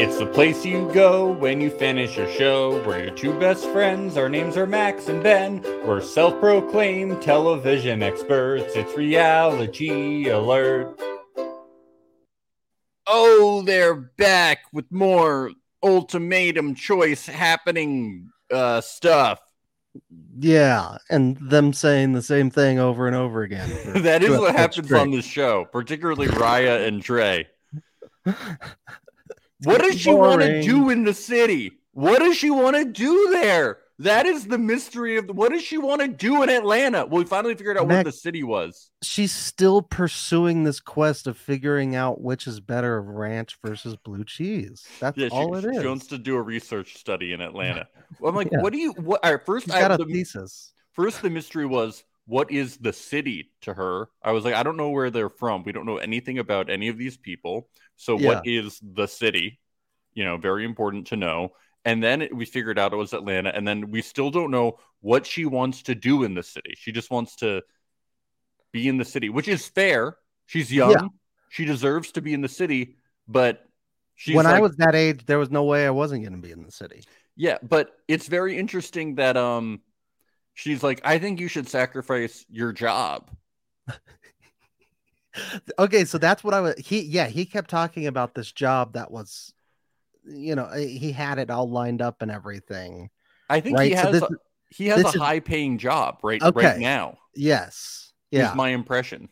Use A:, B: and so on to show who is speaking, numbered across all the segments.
A: It's the place you go when you finish your show. We're your two best friends. Our names are Max and Ben. We're self proclaimed television experts. It's reality alert.
B: Oh, they're back with more ultimatum choice happening uh, stuff.
C: Yeah, and them saying the same thing over and over again. for
B: That is
C: two
B: what
C: episodes
B: happens
C: straight.
B: on this show, particularly Raya and Trey. What does she
C: Boring.
B: want to do in the city? What does she want to do there? That is the mystery of what does she want to do in Atlanta? Well, we finally figured out what
C: Mac-
B: the city was.
C: She's still pursuing this quest of figuring out which is better, ranch versus blue cheese. That's
B: Yeah, she,
C: all it
B: she
C: is.
B: wants to do a research study in Atlanta. Well, I'm like,
C: Yeah.
B: what do you? What? All right, first,
C: She's
B: I,
C: got a
B: the,
C: thesis.
B: first the mystery was what is the city to her i was like i don't know where they're from we don't know anything about any of these people so what is the city you know very important to know and then it- we figured out it was atlanta and then we still don't know what she wants to do in the city she just wants to be in the city which is fair she's young
C: Yeah.
B: she deserves to be in the city but she's
C: when I
B: like-
C: was that age, there was no way I wasn't going to be in the city.
B: yeah, but it's very interesting that um she's like, I think you should sacrifice your job.
C: Okay, so that's what I was. He, yeah, he kept talking about this job that was, you know, eh, he had it all lined up and everything.
B: I think
C: right.
B: he has
C: so this,
B: a, he has a
C: this is-
B: high paying job right right
C: Okay.
B: now.
C: yes,
B: Yeah.
C: yeah,
B: my impression.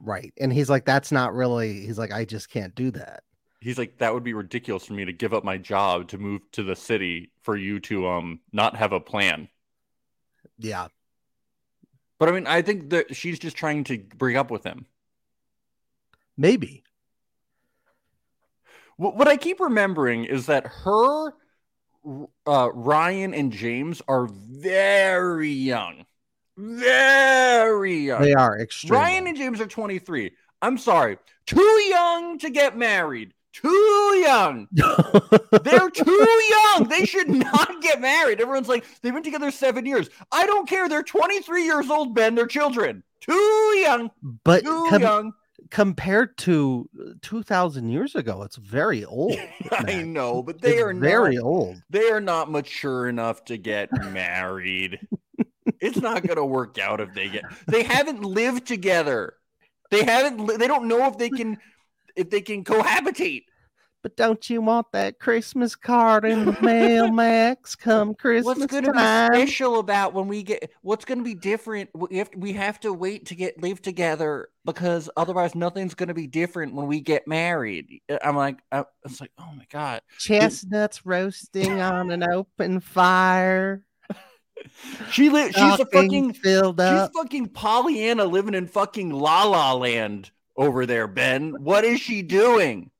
C: right. And he's like, that's not really. He's like, I just can't do that.
B: He's like, that would be ridiculous for me to give up my job to move to the city for you to um not have a plan.
C: Yeah,
B: But I mean, I think that she's just trying to break up with him.
C: maybe.
B: What, what I keep remembering is that her, uh, Ryan and James are very young, very young.
C: They are extreme.
B: Ryan and James are 23. I'm sorry. Too young to get married. Too young. They're too young. They should not get married. Everyone's like, they've been together seven years. I don't care. They're 23 years old, Ben. They're children. Too young.
C: but
B: Too
C: com-
B: young.
C: compared to uh, two thousand years ago, it's very old.
B: I
C: Max.
B: know, but they
C: Oh, It's
B: are
C: very
B: not,
C: old.
B: they are not mature enough to get married. it's not gonna work out if they get they haven't lived together. They haven't li- they don't know if they can if they can cohabitate.
C: But don't you want that Christmas card in the mail, Max? Come Christmas
B: what's going to
C: time.
B: be special about when we get what's going to be different we have, we have to wait to get live together because otherwise nothing's going to be different when we get married Uh, i'm like I, it's like oh my god
C: Chestnuts roasting on an open fire.
B: she li- she's a
C: stockings
B: fucking
C: filled
B: she's
C: up.
B: fucking pollyanna living in fucking la la land over there ben what is she doing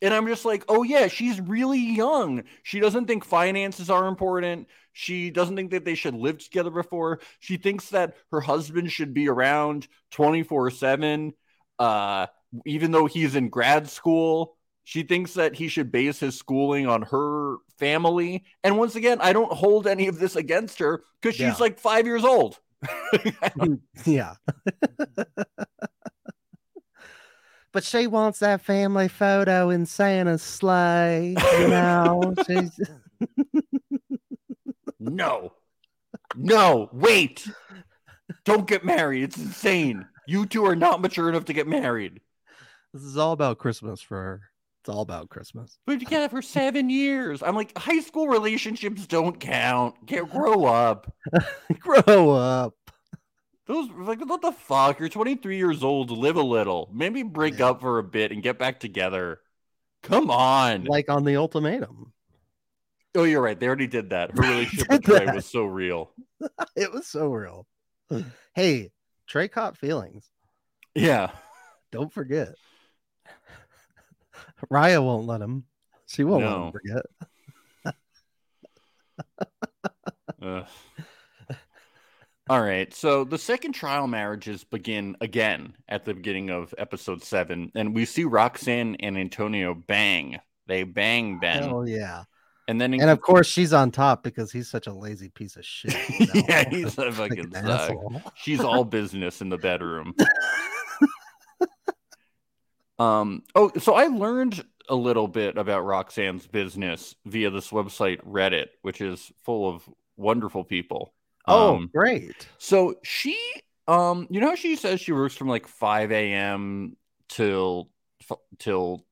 B: and i'm just like oh yeah she's really young she doesn't think finances are important she doesn't think that they should live together before she thinks that her husband should be around 24 7 uh even though he's in grad school she thinks that he should base his schooling on her family and once again i don't hold any of this against her because she's
C: Yeah.
B: like five years old
C: yeah. but she wants that family photo in Santa's sleigh. You know, she's
B: no no wait don't get married it's insane you two are not mature enough to get married
C: this is all about Christmas for her. It's all about Christmas.
B: We've been together for seven years. I'm like, high school relationships don't count. Get grow up.
C: Grow up.
B: Those like what the fuck? You're 23 years old. Live a little. Maybe break
C: Yeah.
B: up for a bit and get back together. Come on.
C: Like on the ultimatum.
B: oh, you're right. They already did that. Her relationship with
C: Did
B: Trey was so real.
C: It was so real. hey, Trey caught feelings.
B: Yeah.
C: Don't forget. Raya won't let him. She won't let
B: No.
C: him forget.
B: Ugh. All right. So the second trial marriages begin again at the beginning of episode seven, and we see Roxanne and Antonio bang. They bang Ben,
C: Hell yeah.
B: and then in
C: And of course she's on top because he's such a lazy piece of shit. you know?
B: yeah, he's a
C: Like
B: fucking
C: an
B: suck.
C: asshole.
B: She's all business in the bedroom. um. Oh, so I learned a little bit about Roxanne's business via this website Reddit, which is full of wonderful people.
C: Oh,
B: Um,
C: great.
B: so she, um, you know, how she says she works from like five a.m. till till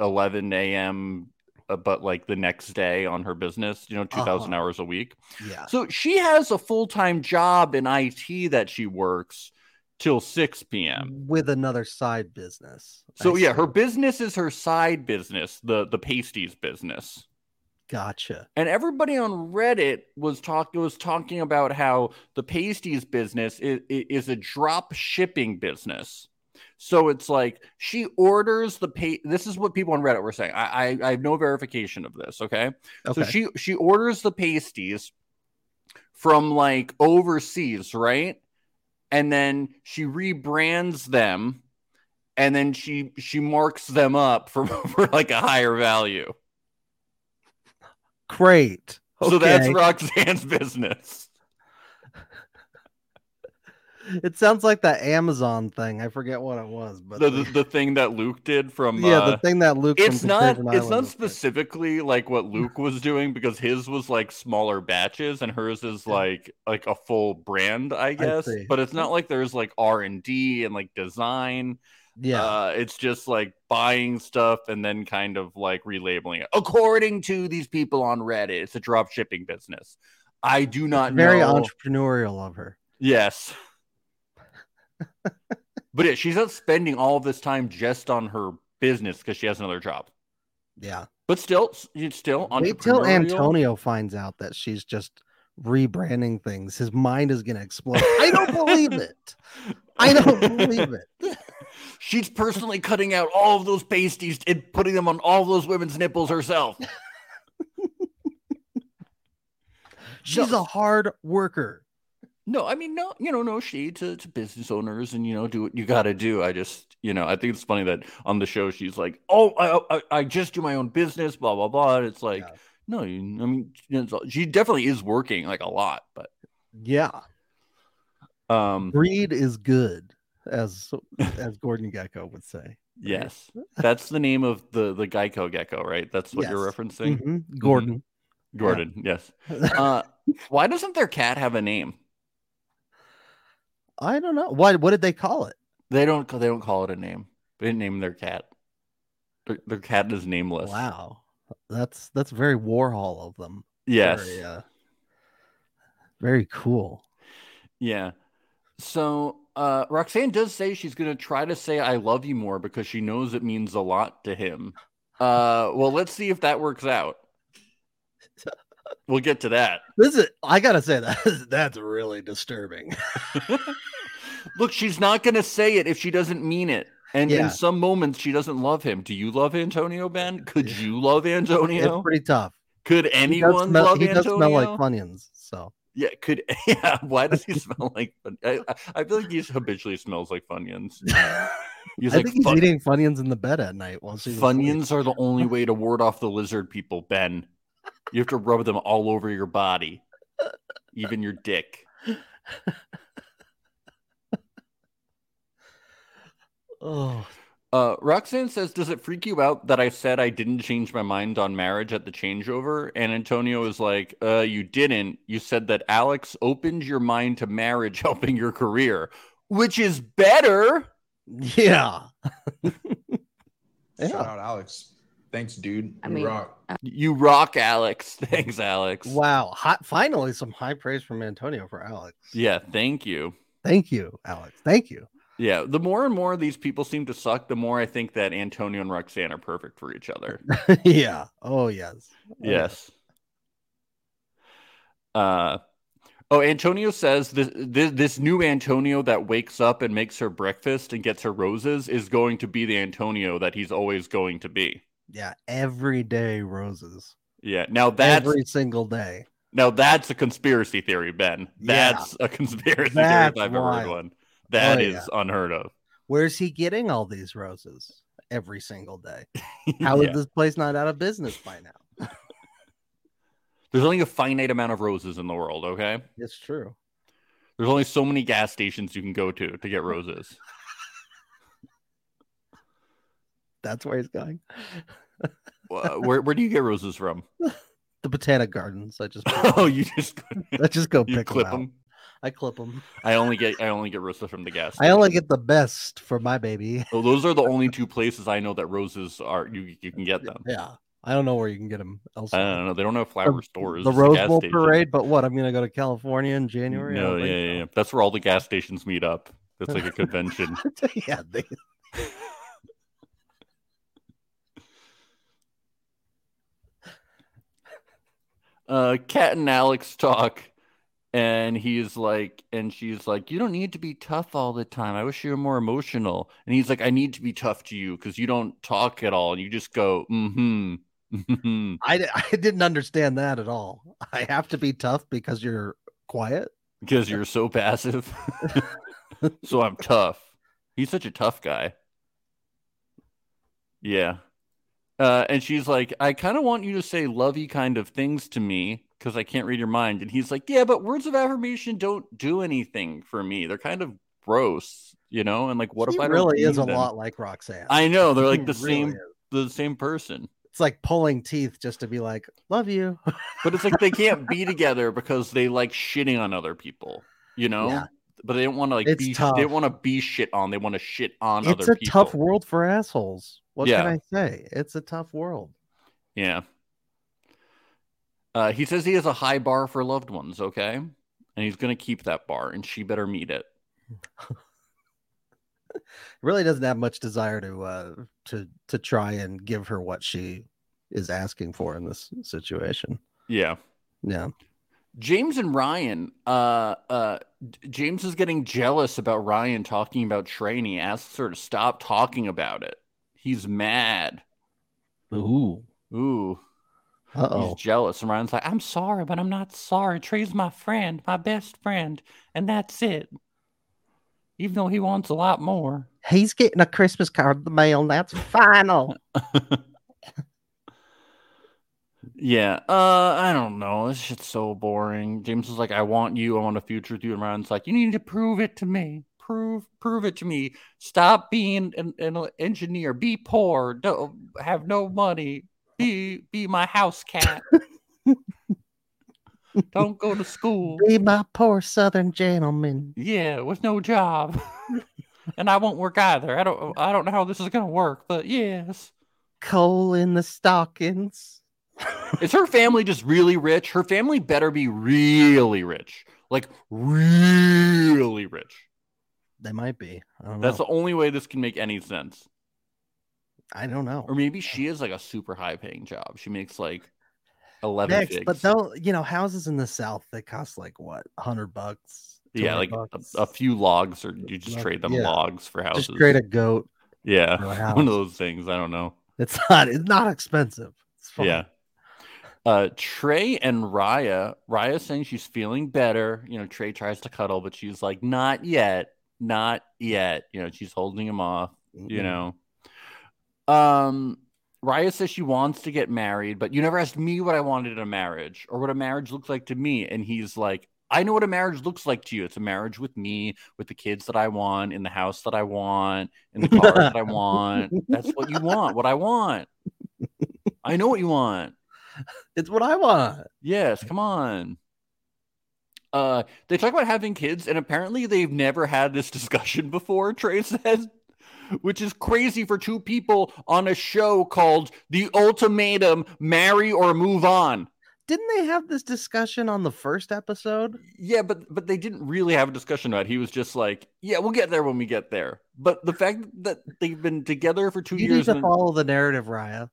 B: eleven a.m. uh, But like the next day on her business, you know, two
C: Uh-huh.
B: hours a week.
C: Yeah.
B: So she has a full time job in IT that she works till six p.m.
C: With another side business. Mm-hmm. I
B: So yeah, her
C: see.
B: business is her side business, the the pasties business.
C: Gotcha.
B: And everybody on Reddit was talking was talking about how the pasties business is, is a drop shipping business. So it's like she orders the pay. This is what people on Reddit were saying. I I, I have no verification of this. Okay?
C: Okay.
B: so she she orders the pasties from like overseas, right? And then she rebrands them, and then she she marks them up for for like a higher value.
C: great.
B: So that's
C: Okay.
B: Roxanne's business.
C: It sounds like that Amazon thing. I forget what it was, but
B: The, the the thing that Luke did from
C: yeah,
B: uh,
C: the thing that Luke. from
B: it's not
C: Contagion
B: it's
C: Island
B: not
C: was doing.
B: specifically like what Luke was doing because his was like smaller batches and hers is like like a full brand, I guess.
C: see.
B: but it's not like there's like R and D and like design.
C: Yeah.
B: Uh, it's just like buying stuff and then kind of like relabeling it. According to these people on Reddit, it's a drop shipping business. I do not
C: Very
B: know.
C: entrepreneurial of her.
B: yes. but yeah, she's not spending all this time just on her business because she has another job.
C: Yeah.
B: But still, s- you still
C: Wait till
B: entrepreneurial.
C: Antonio finds out that she's just rebranding things. His mind is going to explode. I don't believe it. I don't believe it.
B: She's personally cutting out all of those pasties and putting them on all those women's nipples herself.
C: She's
B: No.
C: a hard worker.
B: No, I mean, no, you know, no shade to, to business owners and, you know, do what you got to do. I just, you know, I think it's funny that on the show she's like, oh, I, I, I just do my own business, blah, blah, blah. And it's like,
C: Yeah.
B: no, you, I mean, you know, it's- she definitely is working like a lot, but,
C: Yeah.
B: um,
C: Greed is good, as as Gordon Gecko would say.
B: yes, that's the name of the, the Geico gecko, right? That's what you're
C: Yes.
B: referencing.
C: Mhm. Gordon.
B: Gordon, yes. Uh, why doesn't their cat have a name?
C: I don't know. Why what did they call it?
B: They don't. They don't call it a name. They didn't name their cat. Their, their cat is nameless.
C: Wow. That's that's very Warhol of them.
B: Yes.
C: Very, uh, very cool.
B: Yeah. So uh, Roxanne does say she's going to try to say "I love you" more because she knows it means a lot to him. Uh, well, let's see if that works out. We'll get to that.
C: This is I gotta say that that's really disturbing.
B: Look, she's not going to say it if she doesn't mean it. And
C: Yeah.
B: in some moments, she doesn't love him. Do you love Antonio, Ben? Could
C: Yeah.
B: you love Antonio?
C: It's pretty tough.
B: Could
C: He does
B: anyone
C: smell-
B: love
C: he does
B: Antonio?
C: smell like Funyuns, so
B: Yeah, could yeah. Why does he smell like? Fun- I, I- I feel like he habitually smells like Funyuns. He's
C: I
B: like
C: think he's
B: "Fun-
C: eating Funyuns in the bed at night while she's asleep."
B: Funyuns are the only way to ward off the lizard people, Ben. You have to rub them all over your body, even your dick.
C: Oh,
B: Uh, Roxanne says, "Does it freak you out that I said I didn't change my mind on marriage at the changeover?" And Antonio is like, uh, "You didn't. You said that Alex opened your mind to marriage, helping your career, which is better."
C: yeah. Yeah.
D: Shout out, Alex. Thanks, dude.
E: I
D: You
E: mean-
D: rock.
B: You rock, Alex. Thanks, Alex.
C: Wow. Hot, finally, some high praise from Antonio for Alex.
B: Yeah, thank you.
C: Thank you, Alex. Thank you.
B: Yeah, the more and more these people seem to suck, the more I think that Antonio and Roxanne are perfect for each other.
C: yeah. Oh, yes.
B: yes. Uh Oh, Antonio says this, this this new Antonio that wakes up and makes her breakfast and gets her roses is going to be the Antonio that he's always going to be.
C: Yeah. Every day roses.
B: Yeah. Now that's
C: Every single day.
B: now that's a conspiracy theory, Ben.
C: Yeah.
B: That's a conspiracy
C: That's
B: theory if I've ever heard
C: wild.
B: one. That
C: Oh,
B: is
C: yeah.
B: unheard of.
C: Where's he getting all these roses every single day? How is
B: Yeah.
C: this place not out of business by now?
B: There's only a finite amount of roses in the world, okay?
C: It's true.
B: There's only so many gas stations you can go to to get roses.
C: That's where he's going.
B: Wha- where, where do you get roses from?
C: The botanic gardens. I just
B: oh, you just
C: I just go
B: you
C: pick
B: clip
C: 'em out.
B: them.
C: I clip them.
B: I only get I only get roses from the gas.
C: I
B: station.
C: only get the best for my baby.
B: So those are the only two places I know that roses are you you can get them.
C: Yeah. I don't know where you can get them
B: I
C: elsewhere.
B: don't know. They don't have flower stores.
C: the
B: it's a
C: Rose
B: gas
C: Bowl
B: station.
C: parade, but what? I'm gonna go to California in January. I
B: No,
C: don't
B: yeah,
C: think
B: yeah, yeah. That's where all the gas stations meet up. That's like a convention.
C: so. yeah. They,
B: uh Kat and Alex talk and he's like and she's like you don't need to be tough all the time. I wish you were more emotional. And he's like I need to be tough to you cuz you don't talk at all and you just go mhm. mhm."
C: I di- I didn't understand that at all. I have to be tough because you're quiet.
B: because you're so passive. so I'm tough. He's such a tough guy. Yeah. Uh, and she's like, I kind of want you to say lovey kind of things to me because I can't read your mind. And he's like, Yeah, but words of affirmation don't do anything for me. They're kind of gross, you know. And like, what
C: He
B: if I don't
C: really is
B: need
C: a
B: them?
C: lot like Roxanne.
B: I know they're like
C: He
B: the
C: really
B: same,
C: is.
B: the same person,
C: It's like pulling teeth just to be like, "Love you."
B: but it's like they can't be together because they like shitting on other people, you know.
C: Yeah.
B: But they don't want to like
C: It's
B: be.
C: tough.
B: They don't want to be shit on. They want to shit on
C: It's
B: other
C: a
B: people.
C: tough world for assholes. What
B: Yeah.
C: can I say? It's a tough world.
B: Yeah. Uh, he says he has a high bar for loved ones, okay? And he's going to keep that bar, and she better meet it.
C: Really doesn't have much desire to uh to to try and give her what she is asking for in this situation.
B: Yeah.
C: Yeah.
B: James and Ryan, uh, uh, D- James is getting jealous about Ryan talking about Trey, and he asks her to stop talking about it. He's mad.
C: Ooh.
B: Ooh,
C: Uh
B: he's
C: oh.
B: jealous. And Ryan's like, I'm sorry, but I'm not sorry. Trey's my friend, my best friend, and that's it. Even though he wants a lot more.
C: He's getting a Christmas card in the mail. And that's final.
B: Yeah, uh, I don't know. This shit's so boring. James is like, I want you. I want a future with you. And Ryan's like, you need to prove it to me. Prove, prove it to me. Stop being an, an engineer. Be poor. Don't have no money. Be, be my house cat. don't go to school.
C: Be my poor Southern gentleman.
B: Yeah, with no job, and I won't work either. I don't, I don't know how this is gonna work, but yes.
C: Coal in the stockings.
B: Is her family just really rich? Her family better be really rich. Like really rich.
C: They might be. I don't
B: That's
C: know.
B: the only way this can make any sense.
C: I don't know.
B: Or maybe she is like a super high paying job. She makes like 11
C: Next,
B: figs.
C: but don't you know houses in the South they cost like what hundred bucks?
B: yeah,
C: 200
B: like a,
C: bucks?
B: a few logs or you just trade them
C: Yeah.
B: logs for houses.
C: just trade a goat.
B: yeah.
C: for a
B: One
C: house.
B: of those things, I don't know.
C: It's not. It's not expensive. It's fine.
B: Yeah. Uh, Trey and Raya, Raya saying she's feeling better. You know, Trey tries to cuddle, but she's like, not yet, not yet. You know, she's holding him off, you
C: Mm-mm.
B: know. Um, Raya says she wants to get married, but you never asked me what I wanted in a marriage or what a marriage looks like to me. And he's like, I know what a marriage looks like to you. It's a marriage with me, with the kids that I want, in the house that I want, in the car that I want. That's what you want, what I want. I know what you want.
C: It's what I want.
B: Yes, come on. Uh, they talk about having kids, and apparently they've never had this discussion before, Trey says, which is crazy for two people on a show called The Ultimatum Marry or Move On.
C: Didn't they have this discussion on the first episode?
B: Yeah, but but they didn't really have a discussion about it. He was just like, Yeah, we'll get there when we get there. But the fact that they've been together for two
C: You need
B: years
C: to
B: and
C: follow the narrative, Raya.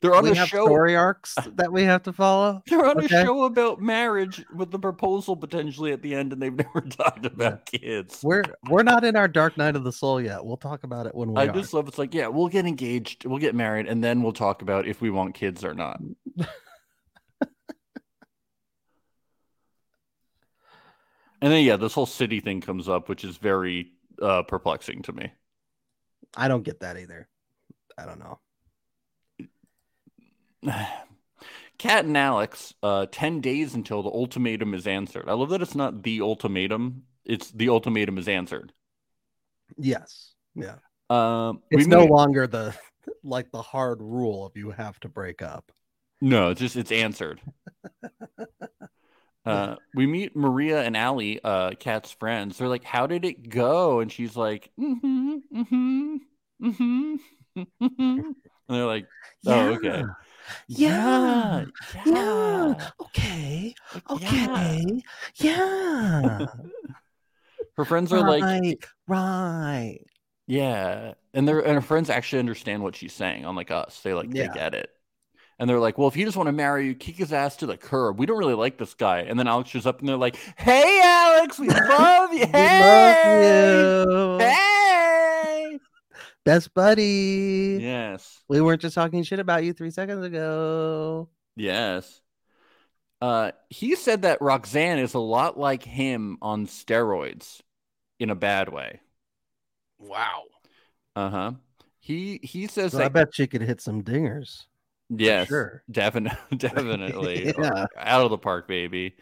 B: they're on
C: we
B: a
C: have
B: show
C: story arcs that we have to follow.
B: They're on
C: Okay.
B: a show about marriage with the proposal potentially at the end, and they've never talked about kids.
C: We're we're not in our dark night of the soul yet. We'll talk about it when we
B: I
C: are.
B: just love it's like, yeah, we'll get engaged, we'll get married, and then we'll talk about if we want kids or not. and then yeah, this whole city thing comes up, which is very uh, perplexing to me.
C: I don't get that either. I don't know.
B: Kat and Alex, uh, 10 days until the ultimatum is answered. I love that it's not the ultimatum, it's the ultimatum is answered.
C: Yes. Yeah.
B: Um, we
C: It's no
B: meet-
C: longer the like the hard rule of you have to break up.
B: No, it's just it's answered. uh, we meet Maria and Allie, uh, Kat's friends. They're like, "How did it go?" And she's like, "Mm-hmm, mm-hmm, mm-hmm, mm-hmm." And they're like, "Oh, okay,
C: Yeah.
B: yeah,
C: Yeah. Okay.
B: like,
C: Okay. Yeah.
B: Her friends are like,
C: right. Right.
B: Yeah. And their and her friends actually understand what she's saying, unlike us. They like
C: Yeah.
B: they get it. And they're like, Well, if you just want to marry you, kick his ass to the curb. We don't really like this guy. And then Alex shows up and they're like, Hey Alex, we love you.
C: We
B: Hey!
C: love you.
B: Hey.
C: Best buddy.
B: Yes.
C: We weren't just talking shit about you three seconds ago.
B: Yes. Uh he said that Roxanne is a lot like him on steroids in a bad way.
C: Wow.
B: Uh-huh. He he says
C: So
B: that
C: I bet you could hit some dingers.
B: yes.
C: Sure.
B: Defin- definitely
C: Yeah.
B: out of the park, baby.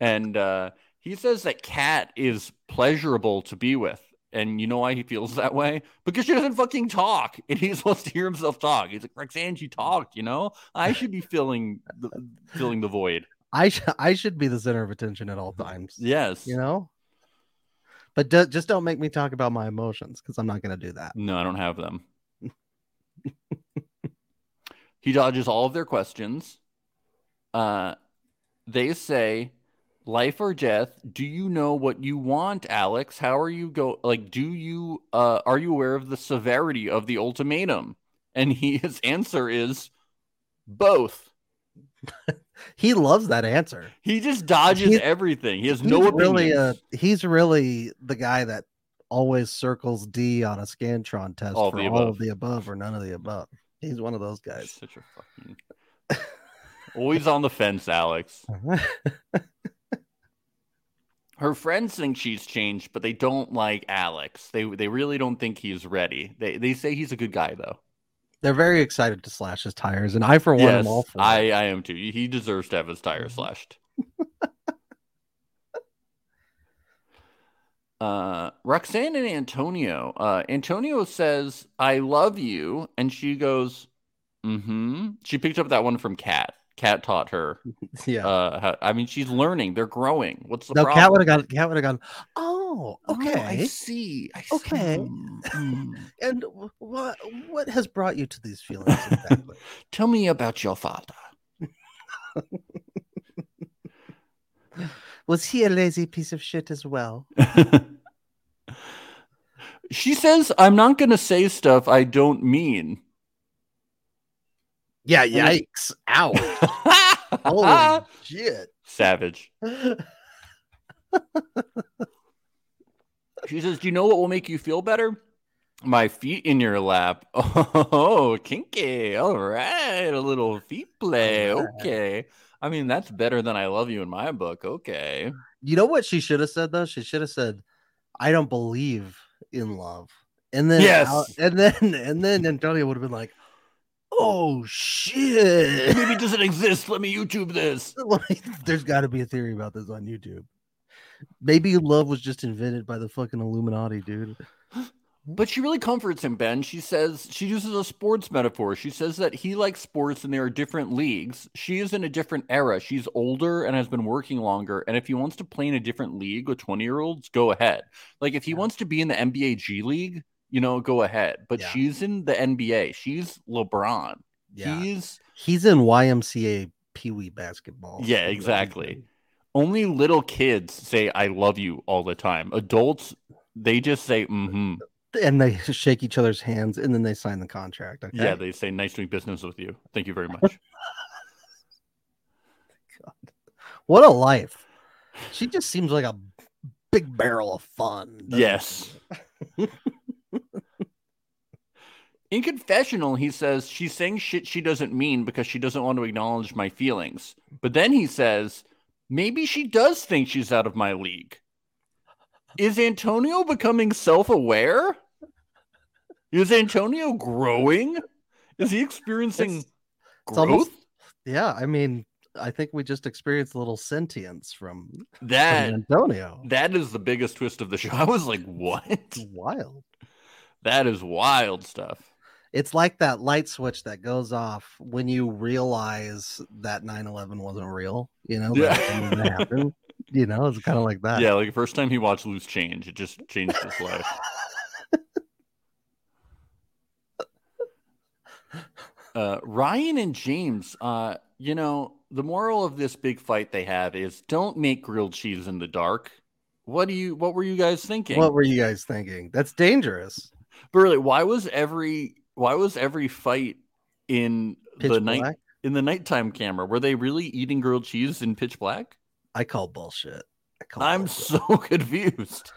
B: And uh, he says that Kat is pleasurable to be with. And you know why he feels that way? Because she doesn't fucking talk. And he just wants to hear himself talk. He's like, Roxanne, you talk, you know? I should be filling the filling the void.
C: I sh- I should be the center of attention at all times.
B: Yes.
C: You know? But do- just don't make me talk about my emotions because I'm not going to do that.
B: No, I don't have them. he dodges all of their questions. Uh, they say, "Life or death? Do you know what you want, Alex? How are you go? Like, do you uh, are you aware of the severity of the ultimatum?" And he, his answer is both.
C: He loves that answer.
B: He just dodges
C: He's-
B: everything. He has
C: He's
B: no opinions.
C: really uh he's really the guy that always circles D on a Scantron test
B: All of
C: for
B: the
C: all
B: above.
C: of the above or none of the above. He's one of those guys.
B: Such a fucking always on the fence, Alex. her friends think she's changed, but they don't like Alex. They they really don't think he's ready. They they say he's a good guy though.
C: They're very excited to slash his tires, and I for one am all for it.
B: I I am too. He deserves to have his tire
C: Mhm.
B: slashed. uh, Roxanne and Antonio. Uh, Antonio says, "I love you," and she goes, "Mm-hmm." She picked up that one from Kat. Kat taught her.
C: Yeah.
B: Uh, how, I mean, she's learning. They're growing. What's the
C: no,
B: problem?
C: Cat would have gone. Cat would have gone. Oh, okay.
B: Oh, I see. I see.
C: Okay.
B: Mm, mm.
C: And wh- what what has brought you to these feelings exactly?
B: Tell me about your father.
C: Was he a lazy piece of shit as well?
B: she says, I'm not going to say stuff I don't mean.
C: Yeah.
B: And-
C: Yikes! Ow! Holy shit!
B: Savage. She says, Do you know what will make you feel better? My feet in your lap. Oh, kinky. All right. A little feet play.
C: All
B: Okay. I mean, that's better than I love you in my book. Okay.
C: You know what she should have said though? She should have said, "I don't believe in love." And then
B: Yes.
C: Al- and then and then Antonio would have been like, "Oh shit!"
B: Maybe it doesn't exist. Let me YouTube this.
C: like, there's got to be a theory about this on YouTube. Maybe love was just invented by the fucking Illuminati, dude.
B: But she really comforts him, Ben. She says she uses a sports metaphor. She says that he likes sports and there are different leagues. She is in a different era. She's older and has been working longer. And if he wants to play in a different league with 20 year olds, go ahead. Like if he wants to be in the NBA G League, you know, go ahead. But
C: Yeah.
B: she's in the NBA. She's LeBron. He's
C: he's in YMCA Pee Wee basketball.
B: Yeah, exactly. Only little kids say I love you all the time. Adults, they just say mm-hmm.
C: And they shake each other's hands and then they sign the contract. Okay?
B: Yeah, they say nice doing business with you. Thank you very much.
C: What a life. She just seems like a big barrel of fun. doesn't she?
B: Yes. In confessional, he says she's saying shit she doesn't mean because she doesn't want to acknowledge my feelings. But then he says, maybe she does think she's out of my league. Is Antonio becoming self aware? Is Antonio growing? Is he experiencing
C: It's-
B: growth?
C: almost- Yeah. I mean, I think we just experienced a little sentience from, from
B: that
C: Antonio.
B: that is the biggest twist of the show. I was like, what?
C: Wild.
B: That is wild stuff.
C: It's like that light switch that goes off when you realize that 9/11 wasn't real. You know,
B: Yeah.
C: that it didn't happen. You know, it's kind of like that.
B: yeah, like the first time he watched Loose Change, it just changed his life. uh, Ryan and James, uh, you know, the moral of this big fight they have is don't make grilled cheese in the dark. What do you? What were you guys thinking?
C: What were you guys thinking? That's dangerous.
B: but really, why was every why was every fight in
C: Pitch
B: the night
C: black.
B: in the nighttime camera? Were they really eating grilled cheese in pitch black?
C: I call bullshit. I call
B: I'm
C: bullshit.
B: so confused.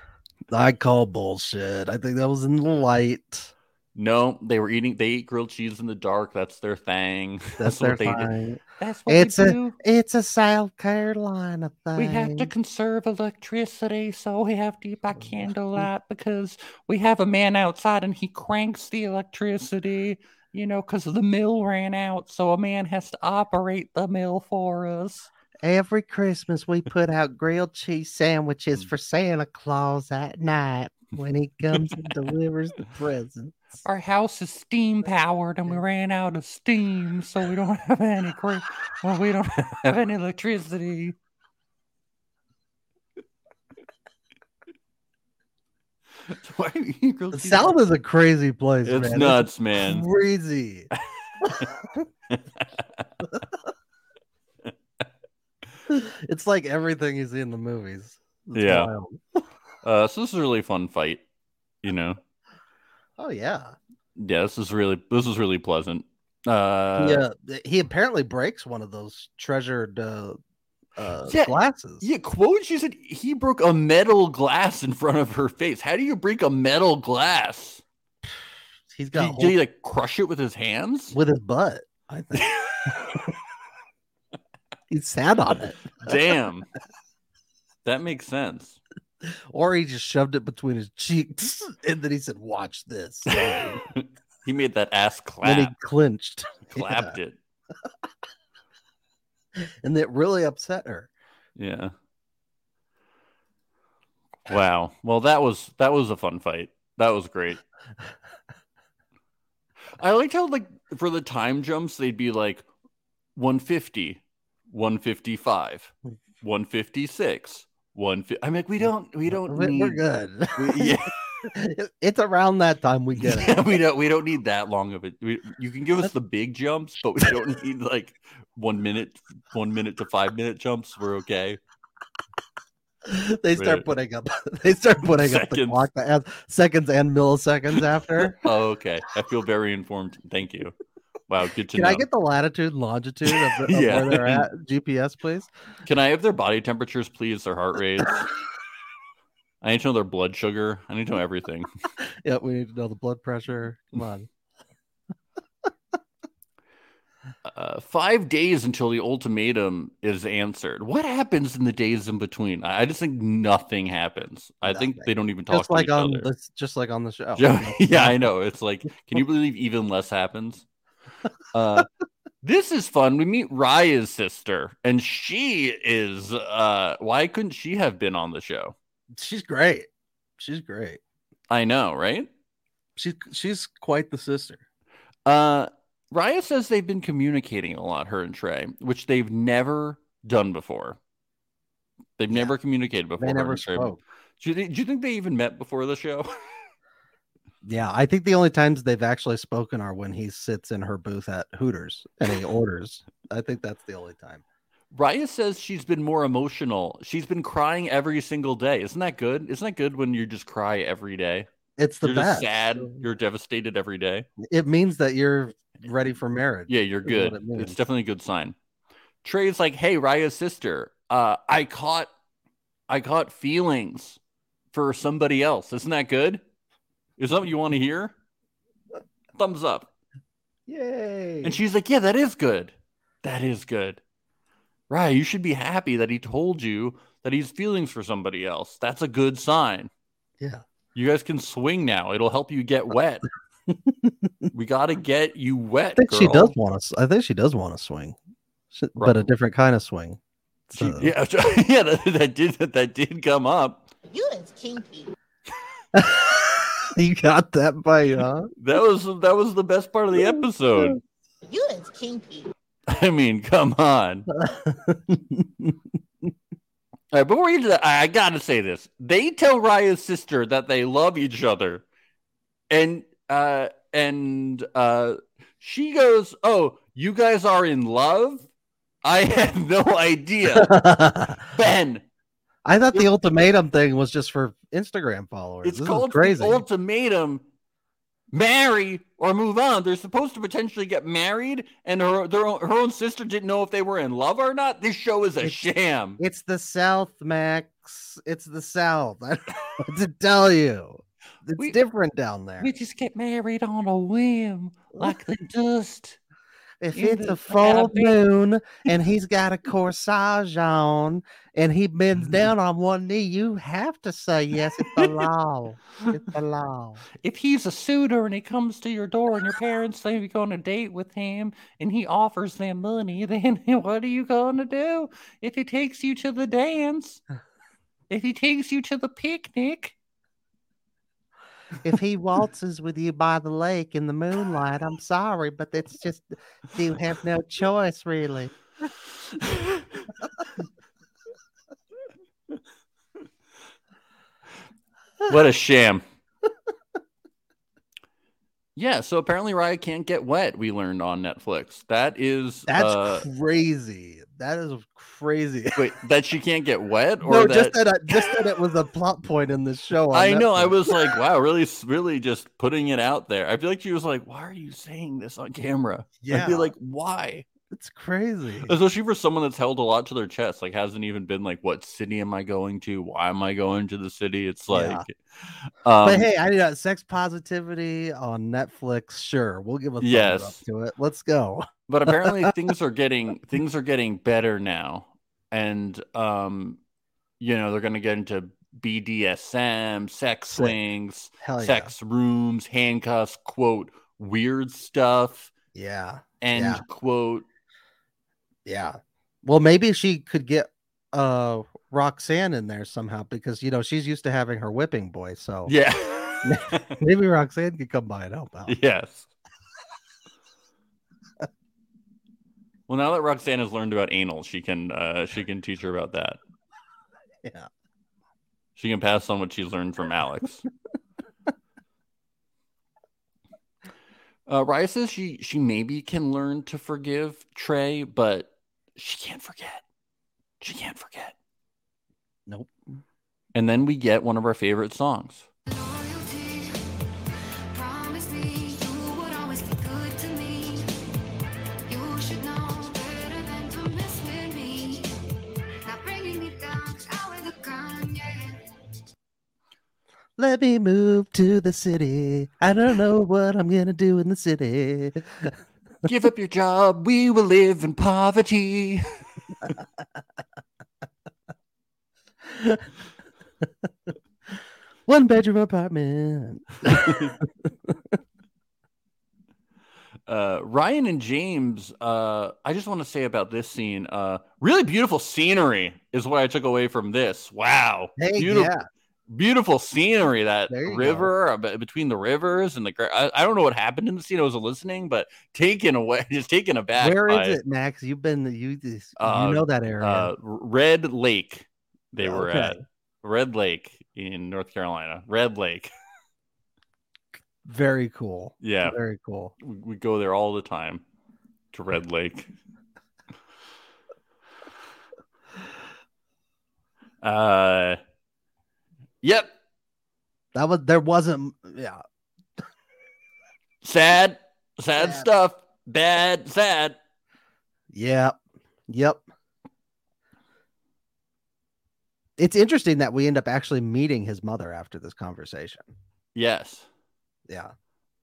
C: I call bullshit. I think that was in the light.
B: No, they were eating. They eat grilled cheese in the dark. That's their thing.
C: That's,
B: what
C: their
B: they do.
C: thing.
B: That's
C: what we It's a-
B: do.
C: It's a South Carolina thing.
B: conserve electricity, so we have to eat by
C: candlelight
B: because we have a man outside and he cranks the electricity. You know, because the mill ran out, so a man has to operate the mill for us.
C: Every Christmas, we put out grilled cheese
B: Mm.
C: sandwiches for Santa Claus at night when he comes and delivers the presents.
B: Our house is steam powered, and we ran out of steam, so we don't have any. cra- Well, we don't have any electricity. Why are you eating grilled
C: The
B: cheese?
C: South is a crazy place.
B: It's
C: man.
B: nuts, man.
C: Crazy. it's like everything you see in the movies. It's
B: Yeah.
C: wild.
B: Uh, so this is a really fun fight. You know,
C: Oh yeah.
B: yeah, this is really this is really pleasant. Uh,
C: yeah. th- He apparently breaks one of those treasured uh, uh,
B: Yeah,
C: glasses.
B: Yeah, Quoji said he broke a metal glass in front of her face. How do you break a metal glass?
C: He's
B: Did
C: got
B: he,
C: a
B: did he
C: hole
B: like crush it with his hands?
C: with his butt. I think he sat on it,
B: Damn. that makes sense.
C: or he just shoved it between his cheeks, and then he said, "Watch this." And
B: he made that ass
C: then he
B: clap,
C: clinched,
B: clapped it.
C: and it really upset her.
B: Yeah. Wow. Well, that was that was a fun fight. That was great. I liked how like for the time jumps they'd be like 150, 155, 156, 150. I'm like we don't we don't
C: We-
B: need
C: We're good.
B: we- yeah.
C: It- it's around that time we get it.
B: Yeah, we don't we don't need that long of it. We, you can give us the big jumps, but we don't need like one minute, one minute to five minute jumps. We're okay.
C: They
B: Wait.
C: start putting up. They start putting up the
B: Seconds.
C: clock that has seconds and milliseconds after.
B: Oh, okay. I feel very informed. Thank you. Wow, good to
C: Can
B: know.
C: I get the latitude and longitude of, the, of
B: Yeah.
C: where they're at? GPS, please.
B: Can I have their body temperatures, please? Their heart rates. I need to know their blood sugar. I need to know everything.
C: Yep, we need to know the blood pressure. Come on.
B: Uh, five days until the ultimatum is answered. What happens in the days in between? I, I just think nothing happens. I think
C: Nothing.
B: they don't even talk
C: Just
B: to
C: like
B: each
C: on
B: other.
C: this, just like on the show.
B: Joe- yeah, I know. It's like, can you believe even less happens? Uh, this is fun. We meet Raya's sister, and she is. Uh, why couldn't she have been on the show?
C: She's great. She's great.
B: I know, right?
C: She's she's quite the sister.
B: Uh, Raya says they've been communicating a lot, her and Trey, which they've never done before. They've
C: Yeah.
B: never communicated before.
C: They
B: her
C: never
B: and Trey.
C: spoke.
B: Do you, think, do you think they even met before the show?
C: Yeah, I think the only times they've actually spoken are when he sits in her booth at Hooters and he orders. I think that's the only time.
B: Raya says she's been more emotional. She's been crying every single day. Isn't that good? Isn't that good when you just cry every day?
C: It's the
B: you're
C: best.
B: just sad. You're devastated every day.
C: It means that you're ready for marriage.
B: Yeah, you're
C: is what
B: good.
C: it means.
B: it's definitely a good sign. Trey's like, "Hey, Raya's sister, uh, I caught, I caught feelings for somebody else. Isn't that good? Is that what you want to hear? Thumbs up."
C: Yay.
B: And she's like, Yeah, that is good. That is good. Right. You should be happy that he told you that he's feelings for somebody else. That's a good sign.
C: Yeah.
B: You guys can swing now. It'll help you get wet. we got to get you wet.
C: I think she
B: girl.
C: does want to. I think she does want to swing, She-
B: Right.
C: but a different kind of swing.
B: She-
C: So-
B: yeah. yeah. That, that did, that, did come up.
E: You is kinky.
C: you got that by huh?
B: That was that was the best part of the episode.
E: You is kinky.
B: I mean, come on. All right, before we get to that, I I gotta say this. They tell Raya's sister that they love each other. And uh and uh she goes, Oh, you guys are in love? I had no idea. ben,
C: I thought the ultimatum thing was just for Instagram followers.
B: It's
C: this
B: called
C: is crazy.
B: the ultimatum. Marry or move on. They're supposed to potentially get married, and her their own, her own sister didn't know if they were in love or not. This show is a
C: It's-
B: sham.
C: It's the South, Max. It's the South. I don't know what to tell you. It's
B: We-
C: different down there.
B: just get married on a whim,
C: like
B: the dust.
C: if
B: you
C: it's
B: do- I gotta
C: a full
B: be-
C: moon and he's got a corsage on and he bends down on one knee, you have to say yes. It's the law. It's the law.
B: If he's a suitor and he comes to your door, and your parents say you're going to date with him, and he offers them money, then what are you going to do? If he takes you to the dance, if he takes you to the picnic.
C: If he waltzes with you by the lake in the moonlight, I'm sorry, but it's just you have no choice, really.
B: what a sham. yeah, so apparently Raya can't get wet, we learned on Netflix. That is
C: That's
B: uh,
C: crazy. That is crazy.
B: wait, that she can't get wet or
C: no,
B: that,
C: just that I, just that it was a plot point in this show. on
B: I know I
C: Netflix.
B: was like, wow, really really just putting it out there. I feel like she was like, why are you saying this on camera?
C: Yeah,
B: I feel like why?
C: it's crazy.
B: Especially for someone that's held a lot to their chest, like hasn't even been like, what city am I going to? Why am I going to the city? It's like,
C: Yeah.
B: um,
C: but hey, I need a sex positivity on Netflix. Sure, we'll give a thumbs
B: Yes.
C: up to it. Let's go.
B: but apparently things are getting things are getting better now, and um, you know they're going to get into BDSM, sex
C: Sick.
B: swings,
C: Hell yeah,
B: sex rooms, handcuffs, quote weird stuff,
C: yeah,
B: end
C: Yeah.
B: quote.
C: yeah. Well, maybe she could get uh Roxanne in there somehow because you know she's used to having her whipping boy. So
B: Yeah.
C: maybe Roxanne could come by and help out.
B: yes. Well, now that Roxanne has learned about anal, she can uh, she can teach her about that.
C: Yeah.
B: She can pass on what she's learned from Alex. uh, Raya says she she maybe can learn to forgive Trey, but she can't forget. She can't forget.
C: Nope.
B: And then we get one of our favorite songs.
F: Loyalty. Promise me you would always be good to me. You should know better than to mess with me. Not bringing me down, 'cause I wear the crown, yeah.
C: Let me move to the city. I don't know what I'm gonna do in the city.
B: Give up your job, we will live in poverty.
C: One bedroom apartment.
B: uh, Ryan and James, uh, I just want to say about this scene, uh, really beautiful scenery is what I took away from this. Wow.
C: Hey,
B: Beautiful,
C: yeah,
B: beautiful scenery. That
C: There you go.
B: river uh, be- between the rivers and the, gra- I, I don't know what happened in the scene. I was listening, but taken away, just taken aback.
C: where
B: by,
C: is it, Max? You've been you this
B: Uh,
C: you know that area.
B: Uh, Red Lake. They were
C: Okay.
B: at Red Lake in North Carolina. Red Lake.
C: Very cool.
B: Yeah.
C: Very cool.
B: we we go there all the time to Red Lake. uh, yep,
C: That was there wasn't yeah.
B: sad, sad
C: Sad.
B: stuff, bad, sad.
C: Yep. Yep. It's interesting that we end up actually meeting his mother after this conversation.
B: Yes.
C: Yeah.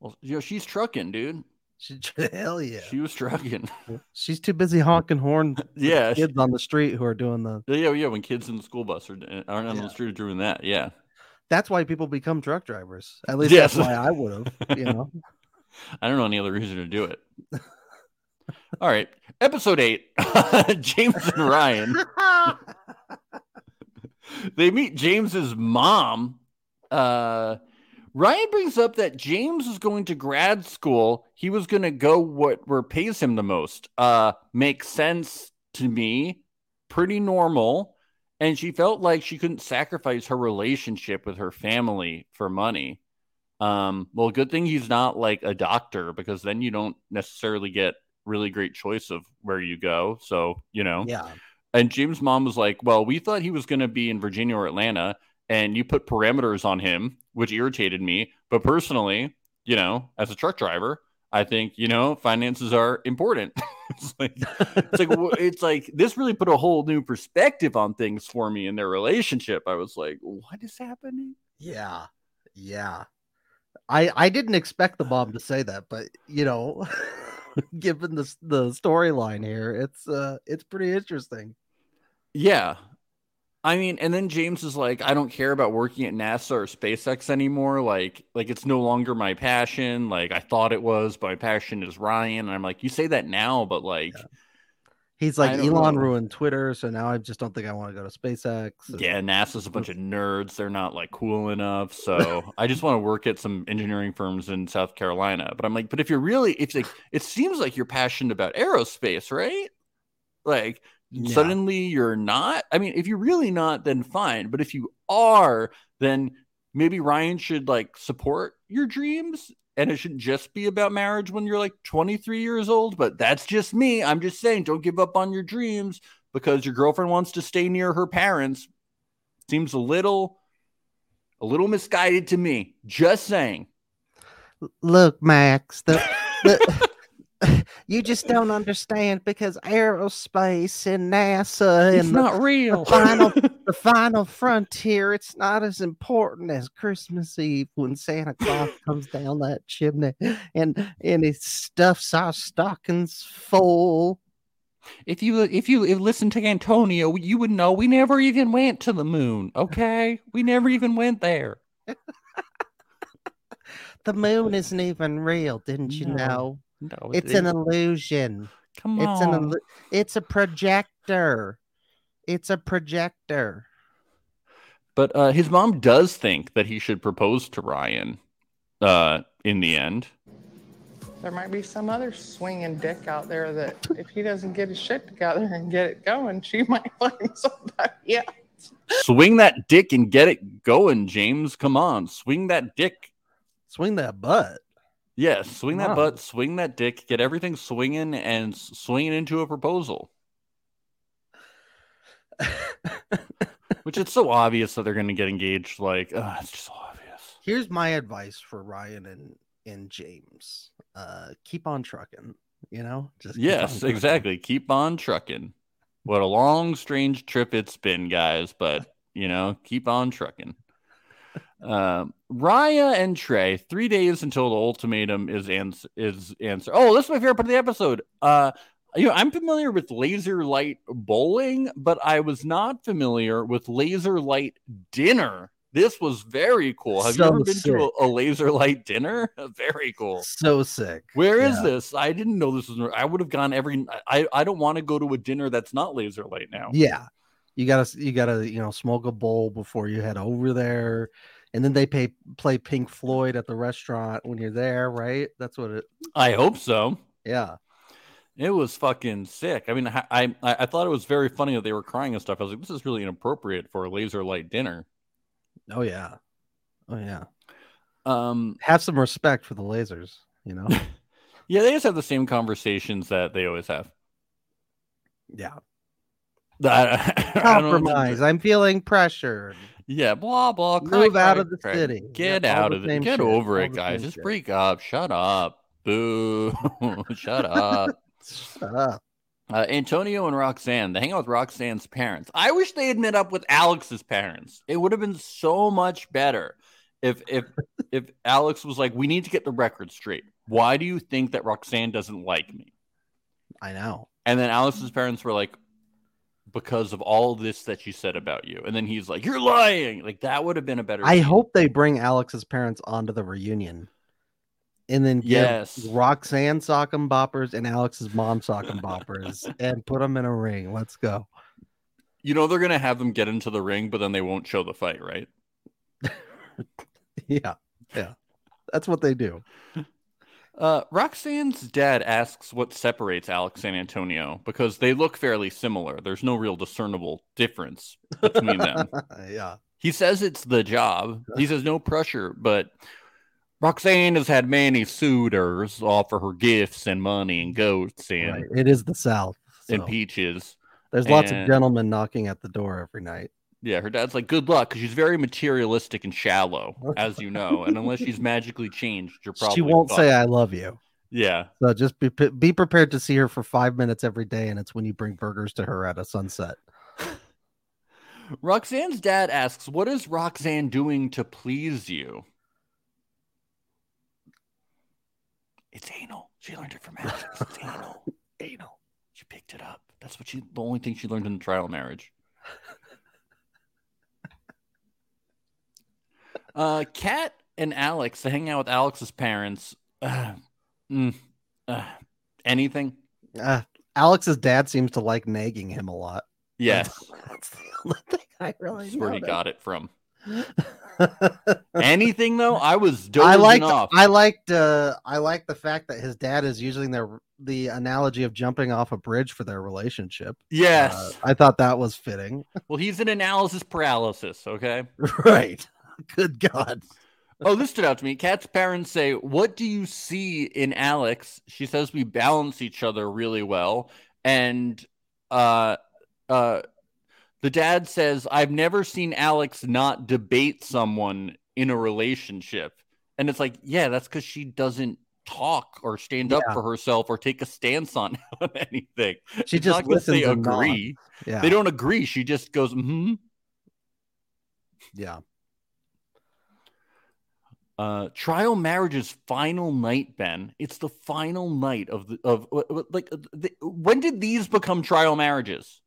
B: Well, you know, she's trucking, dude.
C: She, hell yeah.
B: She was trucking.
C: She's too busy honking horn
B: yeah. she-
C: kids on the street who are doing the
B: yeah, yeah. When kids in the school bus are, uh, aren't on
C: Yeah.
B: the street doing that, yeah.
C: that's why people become truck drivers. At least
B: Yes.
C: that's why I would have, you know.
B: I don't know any other reason to do it. All right, episode eight, James and Ryan. they meet James's mom. Uh, Ryan brings up that James is going to grad school. He was going to go what where pays him the most. Uh, makes sense to me. Pretty normal. And she felt like she couldn't sacrifice her relationship with her family for money. Um, well, good thing he's not like a doctor because then you don't necessarily get really great choice of where you go. So you know.
C: Yeah.
B: And Jim's mom was like, Well, we thought he was going to be in Virginia or Atlanta, and you put parameters on him, which irritated me. But personally, you know, as a truck driver, I think, you know, finances are important. it's like, it's like, w- it's like, this really put a whole new perspective on things for me in their relationship. I was like, What is happening?
C: Yeah. Yeah. I I didn't expect the mom to say that, but you know, given the s- the storyline here, it's uh it's pretty interesting.
B: Yeah. I mean, and then James is like, I don't care about working at NASA or SpaceX anymore. Like, like it's no longer my passion. Like I thought it was, but my passion is Ryan. And I'm like, you say that now, but like,
C: He's
B: I
C: like
B: don't
C: Elon
B: know.
C: ruined Twitter, so now I just don't think I want to go to SpaceX. and-
B: yeah, NASA's a bunch of nerds. They're not like cool enough. So I just want to work at some engineering firms in South Carolina. But I'm like, but if you're really, if like, it seems like you're passionate about aerospace, right? Like
C: Yeah.
B: suddenly you're not. I mean, if you're really not, then fine. But if you are, then maybe Ryan should like support your dreams. And it shouldn't just be about marriage when you're like 23 years old, but that's just me. I'm just saying, don't give up on your dreams because your girlfriend wants to stay near her parents seems a little a little misguided to me just saying
C: Look, Max, the, the you just don't understand because aerospace and NASA
B: it's
C: and the,
B: not real
C: final- the final frontier, it's not as important as Christmas Eve when Santa Claus comes down that chimney and and he stuffs our stockings full.
B: if you if you listen to antonio you would know we never even went to the moon okay we never even went there
C: The moon isn't even real, didn't you
B: No,
C: know?
B: no
C: It's an illusion.
B: come
C: It's an illu- it's a projector. It's a projector.
B: but uh his mom does think that he should propose to ryan uh in the end
G: There might be some other swinging dick out there that if he doesn't get his shit together and get it going, she might find somebody else.
B: swing that dick and get it going james come on swing that dick
C: Swing that butt.
B: Yeah, swing that
C: Wow.
B: butt, swing that dick, get everything swinging and s- swing it into a proposal. Which it's so obvious that they're going to get engaged. Like, ugh, it's just so obvious.
C: Here's my advice for Ryan and and James. Uh keep on trucking, you know? Just keep on
B: Yes,
C: trucking.
B: exactly. Keep on trucking. What a long, strange trip it's been, guys. But you know, keep on trucking. Um, Raya and Trey. Three days until the ultimatum is ans- is answer. Oh, this is my favorite part of the episode. Uh, you know, I'm familiar with laser light bowling, but I was not familiar with laser light dinner. This was very cool. Have
C: So
B: you ever been
C: sick.
B: to a, a laser light dinner? very cool.
C: So sick.
B: Where is
C: Yeah.
B: this? I didn't know this was. I would have gone every. I I don't want to go to a dinner that's not laser light now.
C: Yeah. You gotta you gotta, you know, smoke a bowl before you head over there. And then they pay, play Pink Floyd at the restaurant when you're there, right? That's what it
B: I hope so.
C: yeah.
B: It was fucking sick. I mean, I I, I thought it was very funny that they were crying and stuff. I was like, this is really inappropriate for a laser light dinner.
C: Oh yeah. Oh yeah.
B: Um,
C: Have some respect for the lasers, you know?
B: yeah, they just have the same conversations that they always have.
C: yeah.
B: That I don't know what to-
C: Compromise. I'm feeling pressure.
B: Yeah, blah blah.
C: Move out of the city.
B: Get
C: Yeah, all
B: out
C: the
B: of it.
C: same
B: Get
C: shit,
B: over
C: all
B: it,
C: the
B: guys.
C: same
B: Just
C: shit.
B: break up. Shut up. Boo. Shut up.
C: Shut up.
B: Uh, Antonio and Roxanne, they hang out with Roxanne's parents. I wish they had met up with Alex's parents. It would have been so much better if if if Alex was like, "We need to get the record straight. Why do you think that Roxanne doesn't like me?"
C: I know.
B: And then Alex's parents were like, "Because of all this that she said about you." And then he's like, "You're lying." Like that would have been a better.
C: I
B: scene.
C: hope they bring Alex's parents onto the reunion. And then give
B: Yes.
C: Roxanne sock and boppers and Alex's mom sock and boppers and put them in a ring. Let's go.
B: You know they're gonna have them get into the ring, but then they won't show the fight, right?
C: Yeah. That's what they do.
B: Uh, Roxanne's dad asks what separates Alex and Antonio because they look fairly similar. There's no real discernible difference between them.
C: yeah.
B: He says it's the job. He says no pressure, but Roxanne has had many suitors offer her gifts and money and goats and,
C: Right. It is the South.
B: and
C: so
B: peaches.
C: there's lots of
B: and-
C: gentlemen knocking at the door every night.
B: Yeah, her dad's like, good luck, because she's very materialistic and shallow, as you know. And unless she's magically changed, you're probably
C: She won't say
B: fucked.
C: I love you.
B: Yeah.
C: So just be pre- be prepared to see her for five minutes every day, and it's when you bring burgers to her at a sunset.
B: Roxanne's dad asks, What is Roxanne doing to please you? It's anal. She learned it from Alex. It's anal.
C: Anal.
B: She picked it up. That's what she the only thing she learned in the trial marriage. Uh Kat and Alex, they hang out with Alex's parents. Uh, mm, uh, anything?
C: Uh, Alex's dad seems to like nagging him a lot.
B: Yes.
C: That's the only thing I really
B: That's where he
C: noticed.
B: got it from. Anything though? I was dozing
C: I liked
B: off.
C: I liked uh I liked the fact that his dad is using their the analogy of jumping off a bridge for their relationship.
B: yes.
C: Uh, I thought that was fitting.
B: Well, he's in analysis paralysis, okay?
C: Right. Good God.
B: Oh, this stood out to me. Kat's parents say, What do you see in Alex? She says we balance each other really well. And uh uh the dad says, I've never seen Alex not debate someone in a relationship. And it's like, yeah, that's because she doesn't talk or stand up for herself or take a stance on anything.
C: She
B: It's
C: just
B: not 'cause they
C: listens and nods.
B: agree.
C: Yeah.
B: They don't agree. She just goes, hmm.
C: yeah.
B: Uh, trial marriage's final night, Ben. It's the final night of the of w- w- like uh, the, when did these become trial marriages?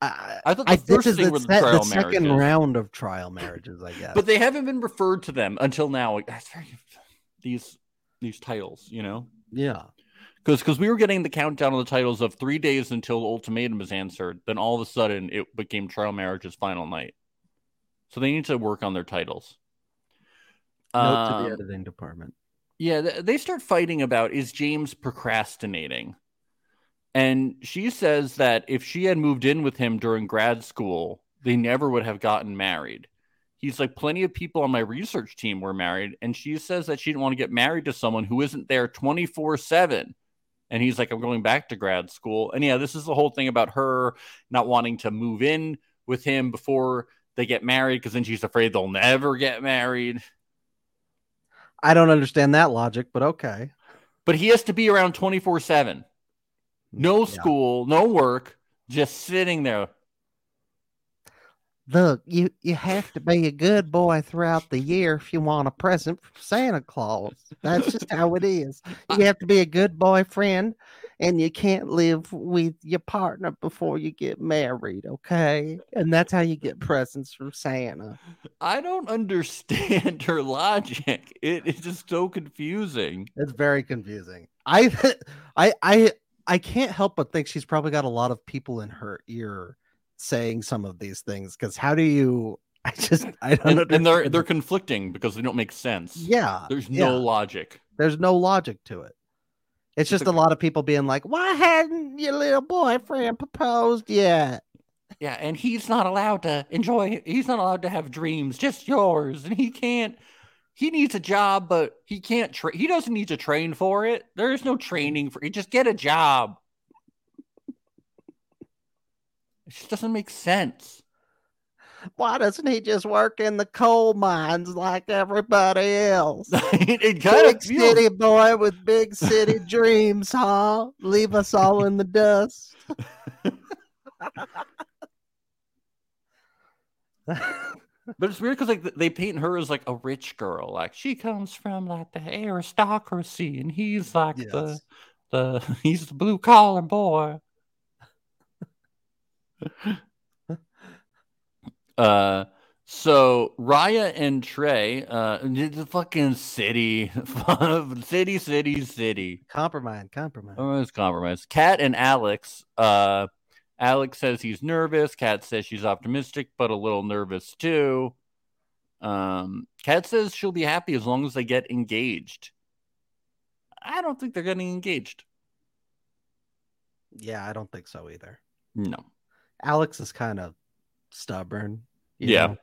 C: I,
B: I thought the
C: I this
B: first
C: is
B: thing
C: the,
B: were the
C: se- the
B: trial
C: second
B: marriages,
C: round of trial marriages, I guess.
B: but they haven't been referred to them until now. Like, that's very- These these titles, you know,
C: yeah.
B: because because we were getting the countdown of the titles of three days until the ultimatum is answered. Then all of a sudden, it became trial marriage's final night. So they need to work on their titles.
C: Note to
B: Um,
C: the editing department.
B: Yeah, th- they start fighting about is James procrastinating? And she says that if she had moved in with him during grad school, they never would have gotten married. He's like, plenty of people on my research team were married. And she says that she didn't want to get married to someone who isn't there 24 7. And he's like, I'm going back to grad school. And yeah, this is the whole thing about her not wanting to move in with him before they get married because then she's afraid they'll never get married.
C: I don't understand that logic, but okay.
B: but he has to be around 24 7 no
C: Yeah.
B: school no work just sitting there
C: Look, you you have to be a good boy throughout the year if you want a present from Santa Claus. That's just how it is. You have to be a good boyfriend, and you can't live with your partner before you get married. Okay, and that's how you get presents from Santa.
B: i don't understand her logic it is just so confusing
C: It's very confusing. I I I I can't help but think she's probably got a lot of people in her ear saying some of these things because how do you? I just I don't
B: and,
C: know.
B: and they're they're conflicting because they don't make sense
C: yeah.
B: there's
C: yeah.
B: no logic
C: There's no logic to it. It's just a
B: like-
C: lot of people being like, "Why hadn't your little boyfriend proposed yet?"
B: yeah and he's not allowed to enjoy he's not allowed to have dreams just yours and he can't he needs a job but he can't tra- he doesn't need to train for it there is no training for it just get a job it just doesn't make sense
C: Why doesn't he just work in the coal mines like everybody else?
B: it it kind
C: Big
B: of feels
C: city boy with big city dreams, huh? Leave us all in the dust.
B: but it's weird because like th- they paint her as like a rich girl like she comes from like the aristocracy and he's like the
C: Yes.
B: the he's the blue collar boy uh so raya and trey uh the fucking city city city city
C: compromise, compromise.
B: Oh, it's compromise. Kat and Alex. Uh, Alex says he's nervous. Kat says she's optimistic, but a little nervous too. Um, Kat says she'll be happy as long as they get engaged. I don't think they're getting engaged.
C: Yeah, I don't think so either.
B: No.
C: Alex is kind of stubborn. you
B: Yeah. Mm-hmm.
C: know?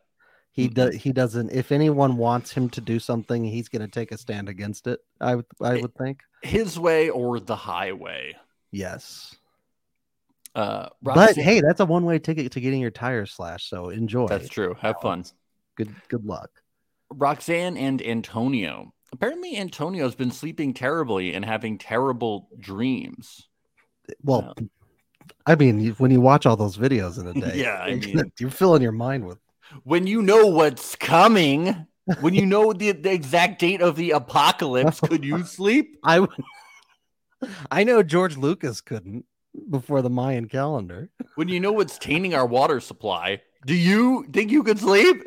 C: He does. He doesn't. If anyone wants him to do something, he's going to take a stand against it. I would. I
B: It-
C: would think.
B: His way or the highway.
C: Yes.
B: Uh,
C: but
B: Roxy-
C: hey, that's a one way ticket to getting your tires slashed. So enjoy.
B: that's true. Have fun.
C: Good. Good luck.
B: Roxanne and Antonio. Apparently, Antonio's been sleeping terribly and having terrible dreams.
C: Well, I mean, you- when you watch all those videos in a day,
B: Yeah, I
C: you're,
B: mean-
C: you're filling your mind with.
B: When you know what's coming, when you know the, the exact date of the apocalypse, could you sleep?
C: I. would- I know George Lucas couldn't before the Mayan calendar.
B: When you know what's tainting our water supply, do you think you could sleep?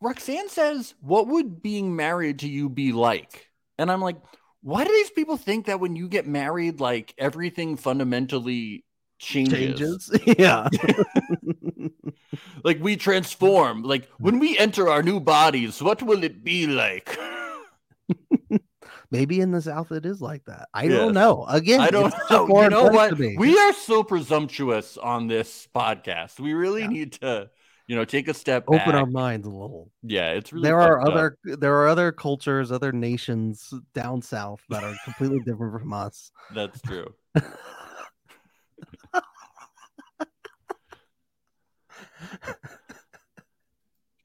B: Roxanne says, What would being married to you be like? And I'm like, Why do these people think that when you get married, like everything fundamentally changes?
C: Yeah.
B: Like we transform. Like when we enter our new bodies, what will it be like?
C: Maybe in the South it is like that. I
B: Yes.
C: don't know. Again,
B: I don't
C: it's such a
B: know. You
C: foreign
B: know
C: place
B: what?
C: to me.
B: We are so presumptuous on this podcast. We really
C: Yeah.
B: need to, you know, take a step
C: open
B: back.
C: our minds a little.
B: yeah, it's really
C: there are
B: fucked up.
C: other there are other cultures, other nations down south that are completely different from us.
B: That's true.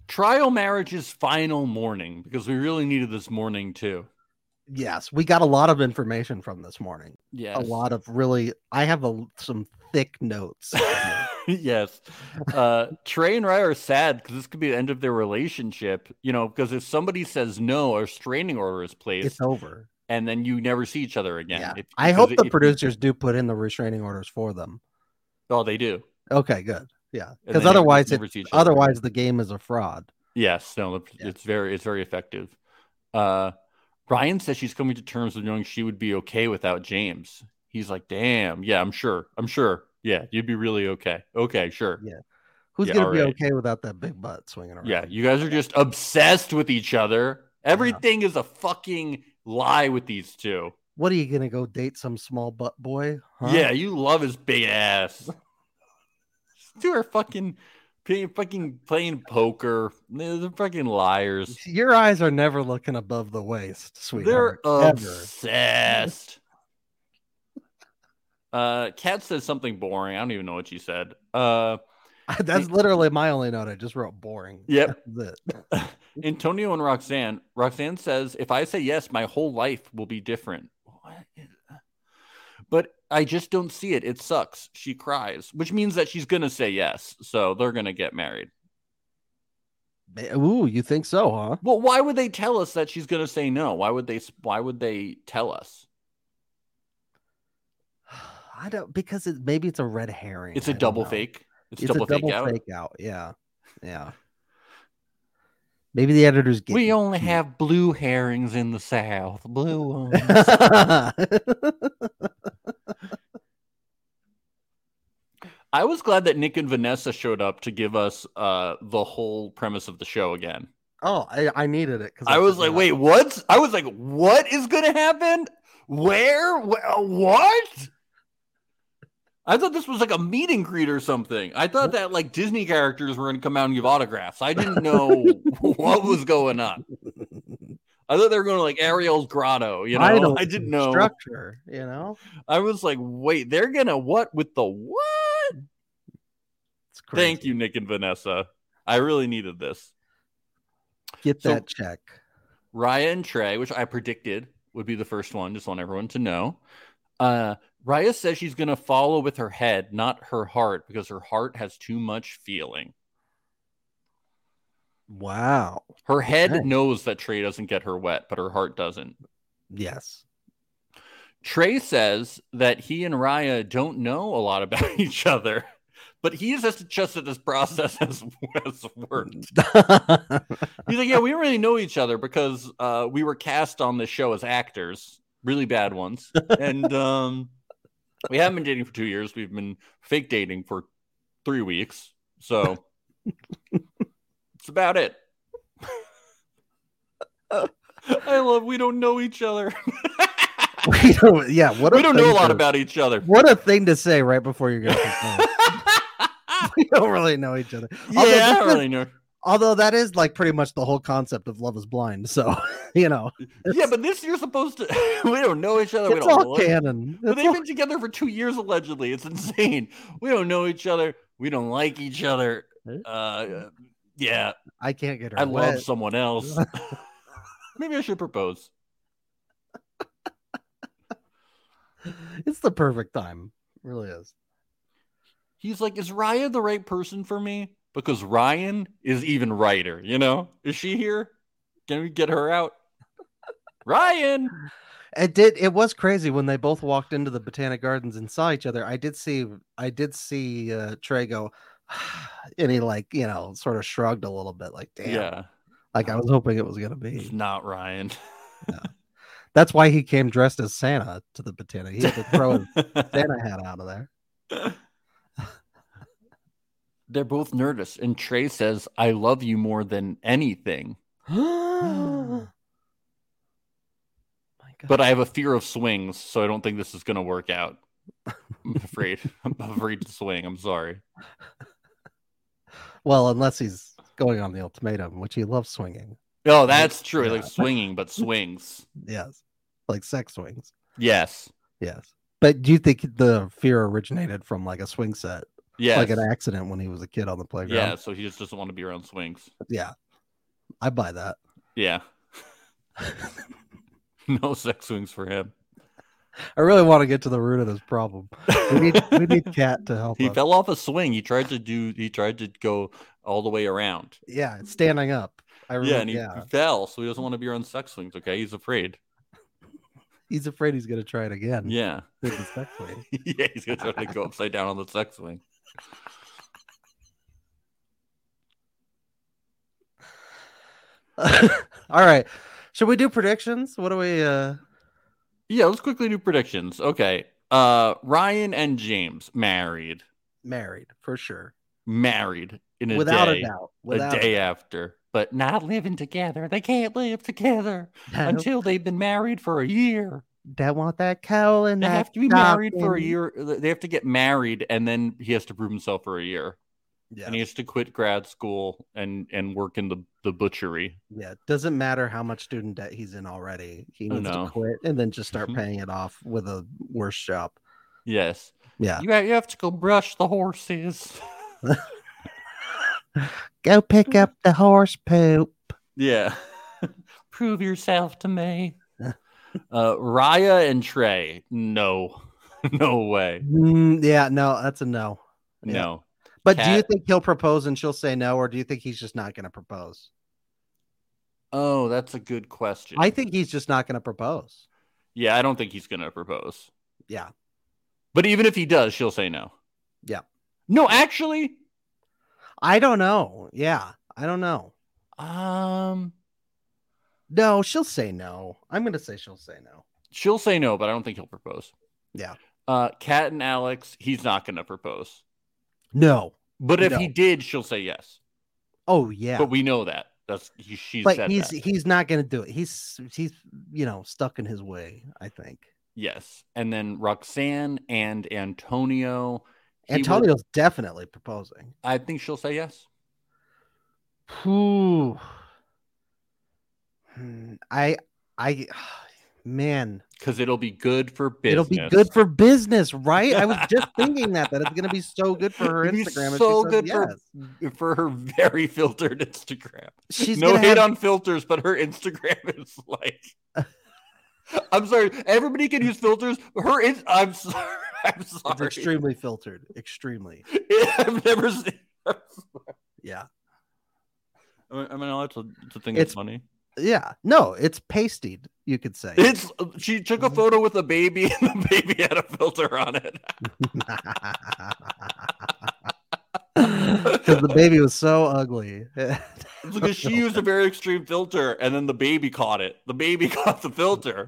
B: Trial marriage's final morning because we really needed this morning too.
C: Yes, we got a lot of information from this morning.
B: Yes.
C: A lot of really I have a, some thick notes.
B: yes. Uh, Trey and Rye are sad because this could be the end of their relationship, you know, because if somebody says no, a restraining order is placed
C: it's over.
B: and then you never see each other again.
C: Yeah.
B: If-
C: I
B: because
C: hope
B: if
C: the
B: you-
C: producers do put in the restraining orders for them.
B: Oh, they do.
C: Okay, good. Yeah.
B: And then
C: Because
B: you
C: otherwise it
B: never see each other.
C: otherwise the game is a fraud.
B: Yes, no, it-
C: Yeah.
B: it's very it's very effective. Uh Ryan says she's coming to terms with knowing she would be okay without James. He's like, "Damn, yeah, I'm sure. I'm sure. Yeah, you'd be really okay. Okay, sure.
C: Yeah. Who's
B: Yeah,
C: gonna be
B: alright.
C: okay without that big butt swinging around?
B: Yeah, you guys are just obsessed with each other. Everything is a fucking lie with these two.
C: What are you gonna go date some small butt boy? huh?
B: Yeah, you love his big ass. These two are fucking playing, fucking playing poker. They're they're fucking liars.
C: Your eyes are never looking above the waist,
B: They're
C: sweetheart. ever.
B: obsessed. Uh, Kat says something boring. I don't even know what she said. Uh,
C: That's literally my only note. I just wrote boring.
B: yep.
C: That's it.
B: Antonio and Roxanne. Roxanne says, if I say yes, my whole life will be different. What? But I just don't see it. It sucks. She cries, which means that she's going to say yes. So they're going to get married.
C: Ba- Ooh, you think so, huh?
B: Well, why would they tell us that she's going to say no? Why would they, why would they tell us?
C: I don't because it maybe it's a red herring.
B: It's
C: I
B: a
C: don't
B: double
C: know.
B: fake. It's,
C: It's,
B: double
C: a double
B: fake out.
C: fake out. Yeah, yeah. Maybe the editors get
B: We only have blue herrings in the South. Blue ones. I was glad that Nick and Vanessa showed up to give us uh, the whole premise of the show again.
C: oh, I, I needed it because
B: I was like, wait, what's? I was like, what is going to happen? Where? Wh- uh, what? I thought this was like a meet and greet or something. I thought that like Disney characters were going to come out and give autographs. I didn't know what was going on. I thought they were going to like Ariel's grotto. You know, I didn't know.
C: structure. You know,
B: I was like, wait, they're gonna what with the what?
C: it's crazy.
B: Thank you, Nick and Vanessa. I really needed this.
C: Get
B: So-
C: that check.
B: Raya and Trey, which I predicted would be the first one, just want everyone to know. Uh, Raya says she's gonna follow with her head, not her heart, because her heart has too much feeling.
C: Wow.
B: Her head
C: Okay.
B: knows that Trey doesn't get her wet, but her heart doesn't.
C: Yes.
B: Trey says that he and Raya don't know a lot about each other, but he has just just that this process has, has worked. He's like, yeah, we don't really know each other because uh, we were cast on this show as actors, really bad ones, and um, we haven't been dating for two years. We've been fake dating for three weeks. So it's about it. I love we don't know each other.
C: We don't, yeah, what
B: we don't know
C: thing
B: a lot
C: to-
B: about each other.
C: What a thing to say right before you're going to perform. we don't really know each other.
B: Yeah,
C: Although
B: I
C: this
B: don't
C: is-
B: really know.
C: Although that is like pretty much the whole concept of Love is Blind. So, you know,
B: Yeah, but this you're supposed to. we don't know each other. We
C: it's
B: don't.
C: all
B: look-
C: canon.
B: But
C: It's
B: they've
C: all-
B: been together for two years allegedly. It's insane. We don't know each other. We don't like each other. Uh, yeah,
C: I can't get her.
B: I love
C: wet.
B: someone else. Maybe I should propose.
C: It's the perfect time. It really is.
B: He's like, is Raya the right person for me? Because Ryan is even righter. You know, is she here? Can we get her out? Ryan.
C: It did. It was crazy when they both walked into the Botanic Gardens and saw each other. I did see. I did see uh, Trey go, and he like you know sort of shrugged a little bit, like damn.
B: Yeah,
C: Like I was hoping it was gonna
B: it's
C: be.
B: not Ryan.
C: That's why he came dressed as Santa to the Botanic. He had to throw his Santa hat out of there.
B: They're both nervous, and Trey says, "I love you more than anything."
C: My God.
B: but uh, I have a fear of swings, so I don't think this is going to work out. I'm afraid. I'm afraid to swing. I'm sorry.
C: well, unless he's going on the ultimatum, which he loves swinging.
B: Oh, that's true. Like
C: Yeah.
B: swinging, but swings.
C: Yes, like sex swings.
B: Yes.
C: Yes. But do you think the fear originated from like a swing set,
B: Yes.
C: like an accident when he was a kid on the
B: yeah.
C: playground?
B: So he just doesn't want to be around swings.
C: Yeah. I buy that.
B: Yeah. no sex swings for him.
C: I really want to get to the root of this problem. We need we need cat to help
B: he
C: us.
B: fell off a swing. He tried to do. He tried to go all the way around.
C: yeah, standing up. I remember,
B: yeah,
C: yeah,
B: and he fell, so he doesn't want to be around sex swings. Okay, he's afraid.
C: He's afraid he's gonna try it again.
B: Yeah,
C: with the sex swing.
B: yeah, he's gonna try to go upside down on the sex swing.
C: All right. Should we do predictions? What do we uh
B: Yeah, let's quickly do predictions. Okay, uh, Ryan and James married,
C: married for sure.
B: married in a
C: Without
B: day,
C: a doubt. Without
B: a day after, but not living together. They can't live together
C: doubt.
B: until they've been married for a year.
C: Don't want that cowl and
B: They
C: that
B: have to be married for a
C: stocking.
B: year. uh, They have to get married, and then he has to prove himself for a year.
C: Yeah.
B: and he has to quit grad school and and work in the the butchery.
C: Yeah, it doesn't matter how much student debt he's in already. He
B: Oh,
C: needs
B: no.
C: to quit and then just start
B: Mhm.
C: paying it off with a worse shop.
B: Yes,
C: Yeah.
B: you have, you have to go brush the horses.
C: Go pick up the horse poop.
B: yeah, prove yourself to me. uh, Raya and Trey, no, no way,
C: Mm, yeah, no, that's a no. Yeah.
B: no.
C: But do you
B: Cat-
C: think he'll propose and she'll say no, or do you think he's just not going to propose?
B: Oh, that's a good question.
C: I think he's just not going to propose.
B: yeah, I don't think he's gonna propose.
C: Yeah.
B: But even if he does, she'll say no.
C: Yeah.
B: No, actually,
C: I don't know. Yeah, I don't know.
B: um,
C: No, she'll say no. I'm going to say she'll say no.
B: she'll say no, but I don't think he'll propose.
C: Yeah.
B: Uh, Kat and Alex, he's not going to propose.
C: No.
B: But if
C: No.
B: he did, she'll say yes.
C: Oh yeah.
B: But we know that. That's he, she
C: but
B: said
C: he's
B: that.
C: he's not going to do it. He's he's you know stuck in his way. I think
B: yes. And then Roxanne and Antonio. he would-
C: Antonio's definitely proposing.
B: I think she'll say yes.
C: Whew. Hmm, I I man,
B: Because it'll be good for business.
C: it'll be good for business, right? I was just thinking that that it's going to be so good for her
B: It'd be
C: Instagram. if she
B: so
C: says
B: good for,
C: yes.
B: for her very filtered Instagram.
C: she's
B: no
C: gonna
B: hate
C: have-
B: on filters, but her Instagram is like. I'm sorry. Everybody can use filters. but Her, in- I'm sorry. I'm
C: It's
B: sorry.
C: extremely filtered. Extremely,
B: I've never seen.
C: yeah,
B: I mean, I'll have to, to think
C: It's-
B: it's funny.
C: yeah. No, it's pastied. You could say.
B: It's she took
C: Mm-hmm.
B: a photo with a baby, and the baby had a filter on it.
C: Because the baby was so ugly.
B: It's because she used a very extreme filter, and then the baby caught it. The baby caught the filter.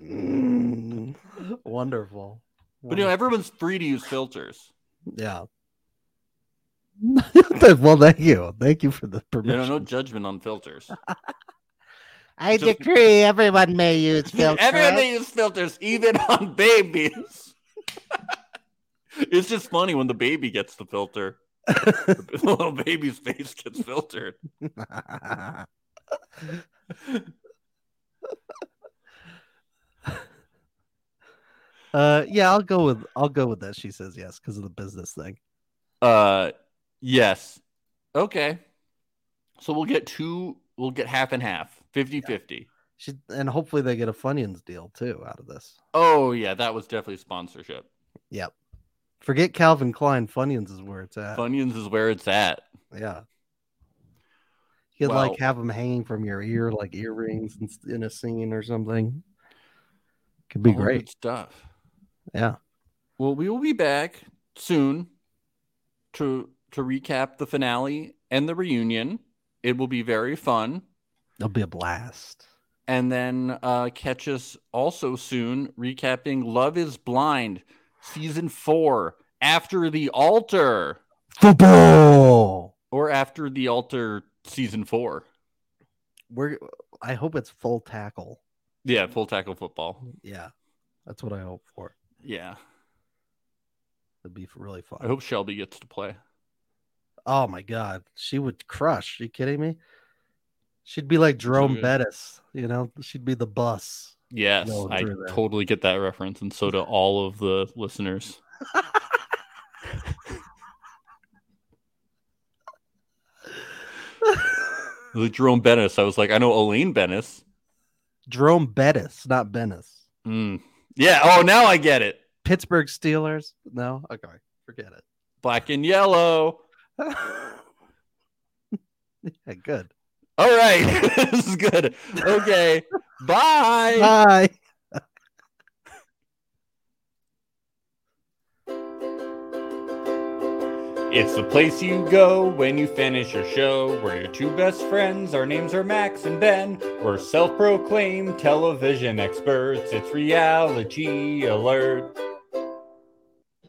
C: Mm, wonderful.
B: But you know, everyone's free to use filters.
C: yeah. well, thank you. Thank you for the
B: You know,
C: permission.
B: no judgment on filters.
C: I
B: just-
C: decree everyone may use filters.
B: Everyone they use filters, even on babies. it's just funny when the baby gets the filter. the little baby's face gets filtered.
C: uh, yeah, I'll go with I'll go with that. She says yes because of the business thing.
B: Uh, yes. Okay. So we'll get two. We'll get half and half, 50 50.
C: She and hopefully they get a Funyuns deal too out of this.
B: Oh, yeah. That was definitely sponsorship.
C: Yep. Forget Calvin Klein. Funyuns is where it's at.
B: Funyuns is where it's at.
C: Yeah. You could
B: Wow.
C: like have them hanging from your ear like earrings in, in a scene or something. Could be
B: All
C: great.
B: good stuff.
C: Yeah.
B: Well, we will be back soon to to recap the finale and the reunion. It will be very fun.
C: It'll be a blast.
B: And then uh, catch us also soon recapping Love is Blind season four after the altar
C: Football.
B: or after the altar season four.
C: We're I hope it's full tackle.
B: Yeah, full tackle football.
C: Yeah. That's what I hope for.
B: Yeah.
C: It'd be really fun.
B: I hope Shelby gets to play.
C: Oh my god, she would crush. you kidding me? She'd be like Jerome
B: good.
C: Bettis, you know, she'd be the bus.
B: Yes,
C: No,
B: I
C: through there.
B: totally get that reference, and so do all of the listeners. the Jerome Bennis, I was like, I know Elaine Bennis.
C: Jerome Bettis, not Bennis.
B: Mm. Yeah. Oh, now I get it.
C: Pittsburgh Steelers. No, okay, forget
B: Black and yellow.
C: it. yeah, good.
B: All right, this is good. Okay, bye.
C: Bye.
A: It's the place you go when you finish your show. We're your two best friends. Our names are Max and Ben. We're self proclaimed television experts. It's reality alert.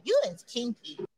E: You is kinky.